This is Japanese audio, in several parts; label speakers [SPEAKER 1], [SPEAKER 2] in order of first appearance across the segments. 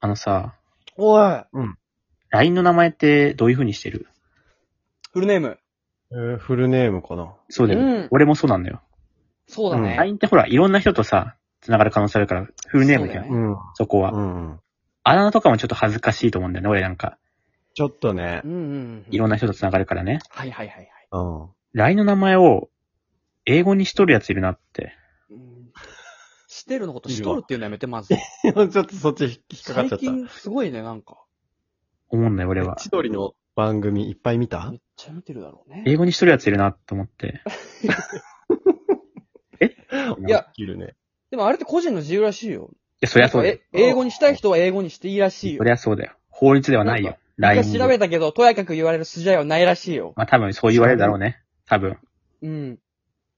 [SPEAKER 1] あのさ、
[SPEAKER 2] おい、
[SPEAKER 1] LINE の名前ってどういう風にしてる
[SPEAKER 2] フルネーム。
[SPEAKER 3] えーフルネームかな。
[SPEAKER 1] そうだよね、
[SPEAKER 2] うん
[SPEAKER 1] 俺もそうなんだよ。
[SPEAKER 2] そうだね。
[SPEAKER 1] LINE ってほら、いろんな人とさ、繋がる可能性あるから、フルネームじゃない
[SPEAKER 2] そう
[SPEAKER 1] そ,、
[SPEAKER 2] だ
[SPEAKER 3] ん。
[SPEAKER 1] こは、
[SPEAKER 3] うん。
[SPEAKER 1] あだ名とかもちょっと恥ずかしいと思うんだよね、俺なんか。
[SPEAKER 3] ちょっとね
[SPEAKER 2] う。んうん。
[SPEAKER 1] いろんな人と繋がるからね。
[SPEAKER 2] はいはいはいはい。
[SPEAKER 3] うん。
[SPEAKER 1] LINE の名前を、英語にしとるやついるなって。
[SPEAKER 2] うんシテルのことシトルっていうのやめて、まず。
[SPEAKER 3] ちょっとそっち引っかかっ
[SPEAKER 2] 最
[SPEAKER 3] ちゃった。
[SPEAKER 2] 近すごいね、なんか。
[SPEAKER 1] 思うんだよ、俺は。
[SPEAKER 3] 千鳥の番組いっぱい見た
[SPEAKER 2] めっちゃ見てるだろうね。
[SPEAKER 1] 英語にしとるやついるなと思って。
[SPEAKER 3] い
[SPEAKER 2] いや、
[SPEAKER 3] いるね。
[SPEAKER 2] でもあれって個人の自由らしいよ。
[SPEAKER 1] いや、そりゃそうだよ
[SPEAKER 2] え。英語にしたい人は英語にしていいらしい
[SPEAKER 1] そ
[SPEAKER 2] よ。
[SPEAKER 1] りゃそうだよ。法律ではない
[SPEAKER 2] な
[SPEAKER 1] よ
[SPEAKER 2] んか。
[SPEAKER 1] LINE
[SPEAKER 2] 一
[SPEAKER 1] に
[SPEAKER 2] 回調べたけど、とやかく言われる筋合いはないらしいよ。
[SPEAKER 1] まあ多分そう言われるだろうね。多分。
[SPEAKER 2] うん。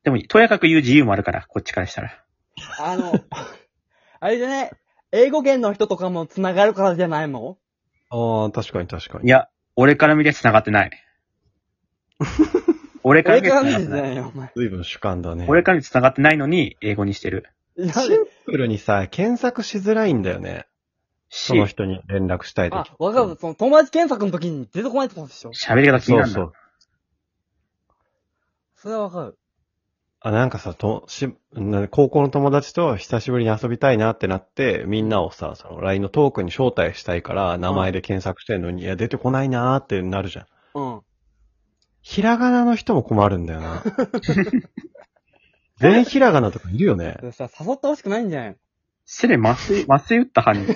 [SPEAKER 1] でも、とやかく言う自由もあるから、こっちからしたら。
[SPEAKER 2] あの、あれじゃね、英語圏の人とかも繋がるからじゃないの
[SPEAKER 3] ああ、確かに確か
[SPEAKER 1] い
[SPEAKER 3] に。
[SPEAKER 1] や、俺から見て繋がって ない。俺から
[SPEAKER 2] 俺
[SPEAKER 1] 見て
[SPEAKER 2] から見て
[SPEAKER 1] 繋
[SPEAKER 2] じ
[SPEAKER 1] が
[SPEAKER 2] ゃ
[SPEAKER 1] ってない。
[SPEAKER 2] な いよ、お前。
[SPEAKER 3] ずいぶん主観だね。
[SPEAKER 1] 俺から見て繋がってないのに、英語にしてる。
[SPEAKER 2] なん
[SPEAKER 3] シ
[SPEAKER 2] で
[SPEAKER 3] ンプルにさ、検索しづらいんだよね。
[SPEAKER 1] し
[SPEAKER 3] そ、の人に連絡したいと
[SPEAKER 2] あ
[SPEAKER 3] き。、
[SPEAKER 2] わかる。その友達検索の時に出てこないってことでしょ
[SPEAKER 1] 喋り方気に
[SPEAKER 3] そ
[SPEAKER 1] な
[SPEAKER 3] う
[SPEAKER 1] るん
[SPEAKER 3] そ
[SPEAKER 1] だ
[SPEAKER 3] う。。
[SPEAKER 2] それはわかる。
[SPEAKER 3] あ、なんかさ、と、し、な高校の友達と久しぶりに遊びたいなってなって、みんなをさ、その LINE のトークに招待したいから、名前で検索してんのに、いや、出てこないなーってなるじゃん。
[SPEAKER 2] うん。
[SPEAKER 3] ひらがなの人も困るんだよな。 全ひらがなとかいるよね
[SPEAKER 2] で。もさ、誘ってほしくないんじゃない
[SPEAKER 1] 背で麻酔、麻酔打った犯人。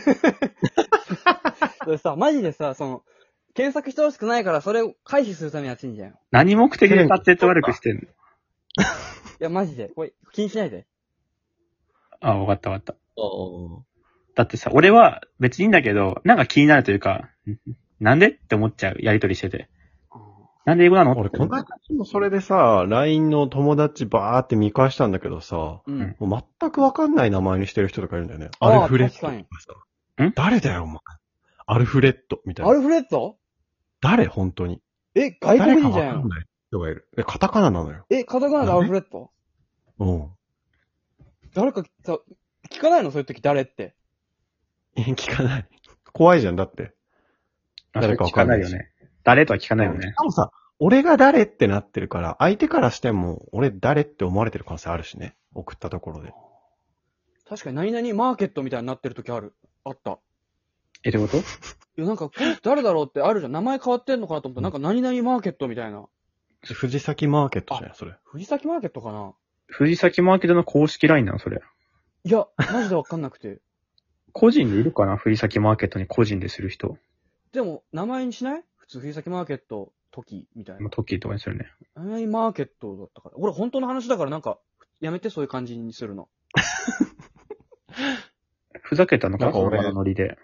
[SPEAKER 2] のでさ、マジでさ、その、検索してほしくないから、それを回避するためにやってんじゃん。い
[SPEAKER 1] 何目的で立って悪くしてんの
[SPEAKER 2] や、マジで。これ、気にしないで。
[SPEAKER 1] あ、わかったわかった。だってさ、俺は別にいいんだけど、なんか気になるというか、んなんでって思っちゃう、やりとりしてて。なんで英語なの
[SPEAKER 3] 俺、
[SPEAKER 1] って
[SPEAKER 3] この間もそれでさ、LINE の友達バーって見返したんだけどさ、
[SPEAKER 2] うんん。
[SPEAKER 3] もう全くわかんない名前にしてる人とかいるんだよね。
[SPEAKER 2] あー
[SPEAKER 3] アルフレッドとかさ
[SPEAKER 1] ん。
[SPEAKER 3] 誰だよ、お前。アルフレッドみたい
[SPEAKER 2] ア
[SPEAKER 3] な。
[SPEAKER 2] ルフレッド
[SPEAKER 3] 誰本当に。
[SPEAKER 2] え、外
[SPEAKER 3] 誰
[SPEAKER 2] 国
[SPEAKER 3] か
[SPEAKER 2] 人
[SPEAKER 3] わ
[SPEAKER 2] じ
[SPEAKER 3] か
[SPEAKER 2] ゃ
[SPEAKER 3] ん
[SPEAKER 2] ん。
[SPEAKER 3] ない人がいる。え、カタカナなのよ。
[SPEAKER 2] え、カタカナでアルフレッド
[SPEAKER 3] うん。
[SPEAKER 2] 誰かさ、聞かないのそういう時誰って。
[SPEAKER 3] え 聞かない。怖いじゃん、だって。誰かわかんない
[SPEAKER 1] 聞
[SPEAKER 3] し
[SPEAKER 1] かないよね。誰とは聞かないよ
[SPEAKER 3] し
[SPEAKER 1] ね。
[SPEAKER 3] かもさ、俺が誰ってなってるから、相手からしても、俺誰って思われてる可能性あるしね。送ったところで。
[SPEAKER 2] 確かに何々マーケットみたいになってる時ある。あった。
[SPEAKER 1] え、ってこと
[SPEAKER 2] いや、なんか、これ誰だろうってあるじゃん。名前変わってんのかなと思ったら、なんか何々マーケットみたいな。
[SPEAKER 3] 藤崎マーケットじゃないそれ。
[SPEAKER 2] 藤崎マーケットかな
[SPEAKER 1] 藤崎マーケットの公式ラインなのそれ。
[SPEAKER 2] いや、マジでわかんなくて。
[SPEAKER 1] 個人でいるかな藤崎マーケットに個人でする人。
[SPEAKER 2] でも、名前にしない普通、藤崎マーケット、時みたい
[SPEAKER 1] ま
[SPEAKER 2] な
[SPEAKER 1] あ。トッキーとかにするね。
[SPEAKER 2] 何々マーケットだったから。俺、本当の話だから、なんか、やめて、そういう感じにするの。
[SPEAKER 1] ふざけたのか
[SPEAKER 3] な
[SPEAKER 1] なん
[SPEAKER 3] か俺
[SPEAKER 1] その場のノリで。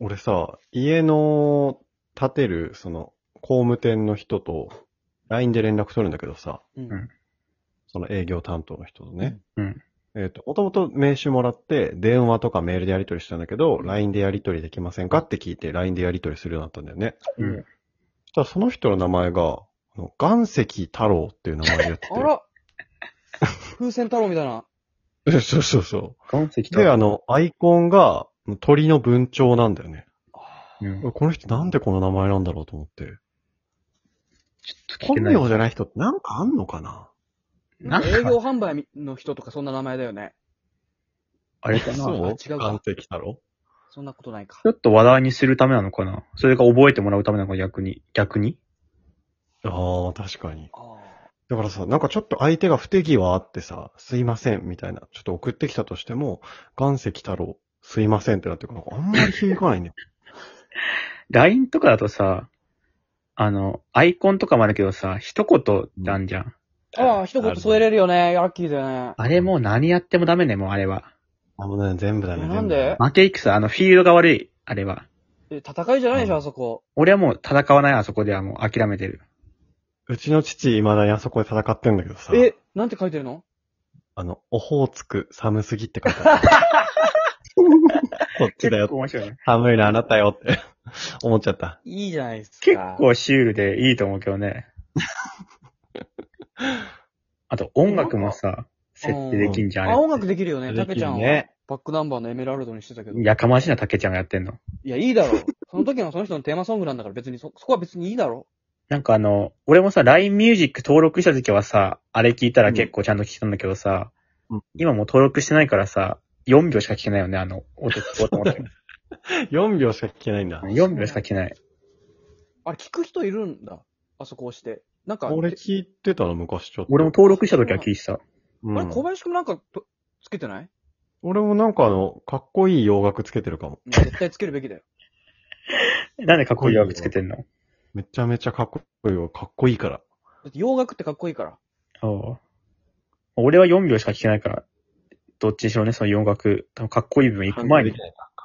[SPEAKER 3] 俺さ、家の建てる、その、工務店の人と、LINE で連絡取るんだけどさ、
[SPEAKER 2] うん。
[SPEAKER 1] うん
[SPEAKER 3] その営業担当の人とね。
[SPEAKER 1] うん。
[SPEAKER 3] えっ、と、もともと名刺もらって、電話とかメールでやり取りしたんだけど、LINE でやり取りできませんかって聞いて、LINE でやり取りするようになったんだよね。
[SPEAKER 1] うん。
[SPEAKER 3] そしたらその人の名前が、あの岩石太郎っていう名前でや ってて。
[SPEAKER 2] あら風船太郎みたいな。
[SPEAKER 3] そうそうそうそう。
[SPEAKER 1] 岩石と
[SPEAKER 3] で、あの、アイコンが鳥の文鳥なんだよね。
[SPEAKER 1] うん、ちょっ
[SPEAKER 3] この人なんでこの名前なんだろうと思って。
[SPEAKER 1] と聞け
[SPEAKER 3] 本
[SPEAKER 1] ない。
[SPEAKER 3] 名じゃない人ってなんかあんのかな
[SPEAKER 1] なん
[SPEAKER 2] 営業
[SPEAKER 1] か、
[SPEAKER 2] 販売の人とか、そんな名前だよね。
[SPEAKER 1] あれかな。ち
[SPEAKER 3] そう
[SPEAKER 1] ょ
[SPEAKER 2] あ違
[SPEAKER 3] 岩
[SPEAKER 2] うか
[SPEAKER 3] 石太郎
[SPEAKER 2] そんなことないか。
[SPEAKER 1] っと話題にするためなのかなそれが覚えてもらうためなのか逆に。逆に
[SPEAKER 3] ああ、確かに。
[SPEAKER 2] ああ。
[SPEAKER 3] だからさ、なんかちょっと相手が不手際あってさ、すいませんみたいな、ちょっと送ってきたとしても、岩石太郎、すいませんってなってるから、あんまり響かない ね。
[SPEAKER 1] ?LINE とかだとさ、あの、アイコンとかもあるけどさ、一言なんじゃん。
[SPEAKER 2] ああ、一言添えれ
[SPEAKER 3] る。
[SPEAKER 2] るよね。ラッキーだよね。
[SPEAKER 1] あれもう何やってもダメね、もうあれは。
[SPEAKER 3] あのね、全部だね。全
[SPEAKER 2] え
[SPEAKER 3] 部
[SPEAKER 2] なんで
[SPEAKER 1] 負け戦、あの、フィールドが悪い、あれは。
[SPEAKER 2] え戦いじゃないでし
[SPEAKER 3] う
[SPEAKER 2] ょ、
[SPEAKER 3] ん
[SPEAKER 2] あそこ。
[SPEAKER 1] 俺はもう戦わない、あそこではもう諦めてる。
[SPEAKER 3] うちの父、未だにあそこで戦ってんだけどさ、
[SPEAKER 2] え、なんて書いてるの
[SPEAKER 3] あの、オホーツク、寒すぎって書いてあ る。こっちだよ
[SPEAKER 1] 結
[SPEAKER 3] って
[SPEAKER 1] 構面白いね。
[SPEAKER 3] 寒いのあなたよって 思っちゃった。
[SPEAKER 2] いいじゃないですか。
[SPEAKER 1] 結。構シュールでいいと思うけどね。あと音楽もさ、設定できんじゃん。あ
[SPEAKER 2] あ、
[SPEAKER 1] れ
[SPEAKER 2] 音楽できるよね、たけちゃんは。
[SPEAKER 3] ね。
[SPEAKER 2] バックナンバーのエメラルドにしてたけど。い
[SPEAKER 1] やかましいな、竹ちゃんがやってんの。
[SPEAKER 2] や、いいだろ。その時のその人のテーマソングなんだから別にそ、そこは別にいいだろ。
[SPEAKER 1] なんかあの、俺もさ、LINE Music 登録した時はさ、あれ聞いたら結構ちゃんと聞いたんだけどさ、
[SPEAKER 3] うん
[SPEAKER 1] 今もう登録してないからさ、4秒しか聞けないよね、あの、音聞こうと思って。
[SPEAKER 3] 4秒しか聞けないんだ。
[SPEAKER 1] 4秒しか聞けない。
[SPEAKER 2] あれ、聞く人いるんだ。あそこ押して。なんか、
[SPEAKER 3] 俺聞いてたの、昔ちょっと。
[SPEAKER 1] 俺も登録した時は聞いてた。
[SPEAKER 3] う
[SPEAKER 2] あ
[SPEAKER 3] ん
[SPEAKER 2] れ、小林くんなんかと、つけてない
[SPEAKER 3] 俺もなんかあの、かっこいい洋楽つけてるかも。
[SPEAKER 2] いや絶対つけるべきだよ。
[SPEAKER 1] なんでかっこいい枠つけてんの
[SPEAKER 3] めちゃめちゃかっこいいよ。かっこいいから。
[SPEAKER 2] だって洋楽ってかっこいいから。
[SPEAKER 1] おう俺は4秒しか聞けないから、どっちにしろね、その洋楽、多分かっこいい部分行く前に。
[SPEAKER 3] か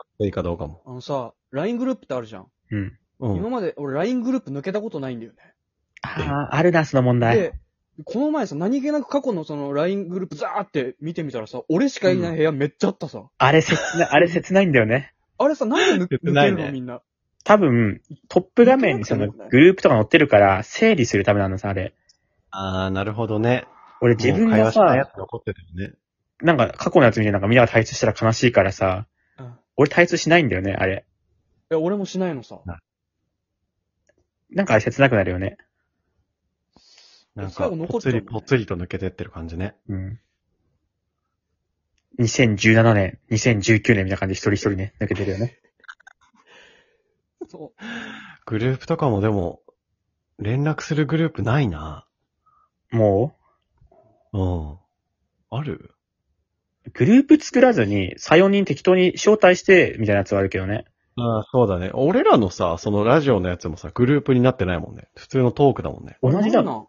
[SPEAKER 3] っこいいかどうかも。
[SPEAKER 2] あのさ、LINE グループってあるじゃん。
[SPEAKER 1] うん。
[SPEAKER 3] うん。
[SPEAKER 2] 今まで俺 LINE グループ抜けたことないんだよね。
[SPEAKER 1] ああ、あるな、その問題。
[SPEAKER 2] で、この前さ、何気なく過去のその LINE グループザーって見てみたらさ、俺しかいない部屋めっちゃあったさ。
[SPEAKER 1] あれ切 ない、あれ切ないんだよね。
[SPEAKER 2] あれさ、なん
[SPEAKER 3] 言
[SPEAKER 2] で抜
[SPEAKER 3] って
[SPEAKER 2] 抜
[SPEAKER 3] な
[SPEAKER 2] け
[SPEAKER 3] い
[SPEAKER 2] る
[SPEAKER 3] ね
[SPEAKER 2] のみんな。
[SPEAKER 1] 多分、トップ画面にそのグループとか載ってるから、整理するためなんです、あれ。
[SPEAKER 3] あー、なるほどね。
[SPEAKER 1] 俺自分
[SPEAKER 3] もう会
[SPEAKER 1] が
[SPEAKER 3] 話しないや
[SPEAKER 1] さ、
[SPEAKER 3] つ残ってたよね。
[SPEAKER 1] なんか過去のやつ見てなんかみんなが退出したら悲しいからさ、
[SPEAKER 2] うん。い
[SPEAKER 1] 俺退出しないんだよね、あれ。
[SPEAKER 2] や、俺もしないのさ。
[SPEAKER 1] なんかあれ切なくなるよね。
[SPEAKER 3] なんか
[SPEAKER 2] 最後、残
[SPEAKER 3] ぽ
[SPEAKER 2] ってた
[SPEAKER 3] つ
[SPEAKER 2] もんね
[SPEAKER 3] りぽつりと抜けてってる感じね。
[SPEAKER 1] うん。2017年、2019年みたいな感じで一人一人ね、抜けてるよね。
[SPEAKER 2] そう。
[SPEAKER 3] グループとかもでも、連絡するグループないな。
[SPEAKER 1] も
[SPEAKER 3] うん。ある
[SPEAKER 1] う、グループ作らずに、3、4人適当に招待して、みたいなやつはあるけどね。
[SPEAKER 3] ああ、そうだね。俺らのさ、そのラジオのやつもさ、グループになってないもんね。普通のトークだもんね。
[SPEAKER 1] 同じだ
[SPEAKER 2] な
[SPEAKER 1] な。
[SPEAKER 2] ん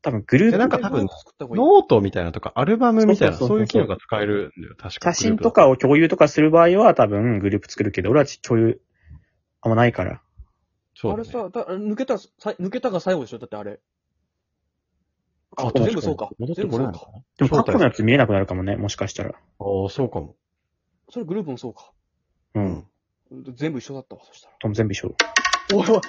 [SPEAKER 1] 多分グループ
[SPEAKER 3] でなんか多分
[SPEAKER 2] 作った方がいい。
[SPEAKER 3] ノートみたいなとか、アルバムみたいな、
[SPEAKER 1] そうそうそ
[SPEAKER 3] そ
[SPEAKER 1] うそう
[SPEAKER 3] ういう機能が使えるんだよ。確か
[SPEAKER 1] 写真とか
[SPEAKER 3] を。
[SPEAKER 1] を共有とかする場合は多分グループ作るけど、俺は共有あんまないから。
[SPEAKER 3] そ
[SPEAKER 2] あ
[SPEAKER 3] うだ
[SPEAKER 2] れ
[SPEAKER 3] ね。
[SPEAKER 2] さ、だ抜けた、さ抜けたが最後でしょだってあれ。
[SPEAKER 3] あ
[SPEAKER 2] あ、
[SPEAKER 3] 確
[SPEAKER 2] 全部そうか。
[SPEAKER 3] 戻って
[SPEAKER 2] 全部
[SPEAKER 3] こ
[SPEAKER 2] そ
[SPEAKER 3] れない
[SPEAKER 2] う
[SPEAKER 3] の
[SPEAKER 2] か
[SPEAKER 3] か。な
[SPEAKER 1] でも過
[SPEAKER 3] 招待
[SPEAKER 1] 去のやつ見えなくなるかもね、もしかしたら。
[SPEAKER 3] ああ、そうかも。
[SPEAKER 2] それグループもそうか。
[SPEAKER 1] う。。
[SPEAKER 3] うん
[SPEAKER 2] 全部一緒だったわ、そしたら。
[SPEAKER 1] 多分全部一緒。
[SPEAKER 2] おいおい。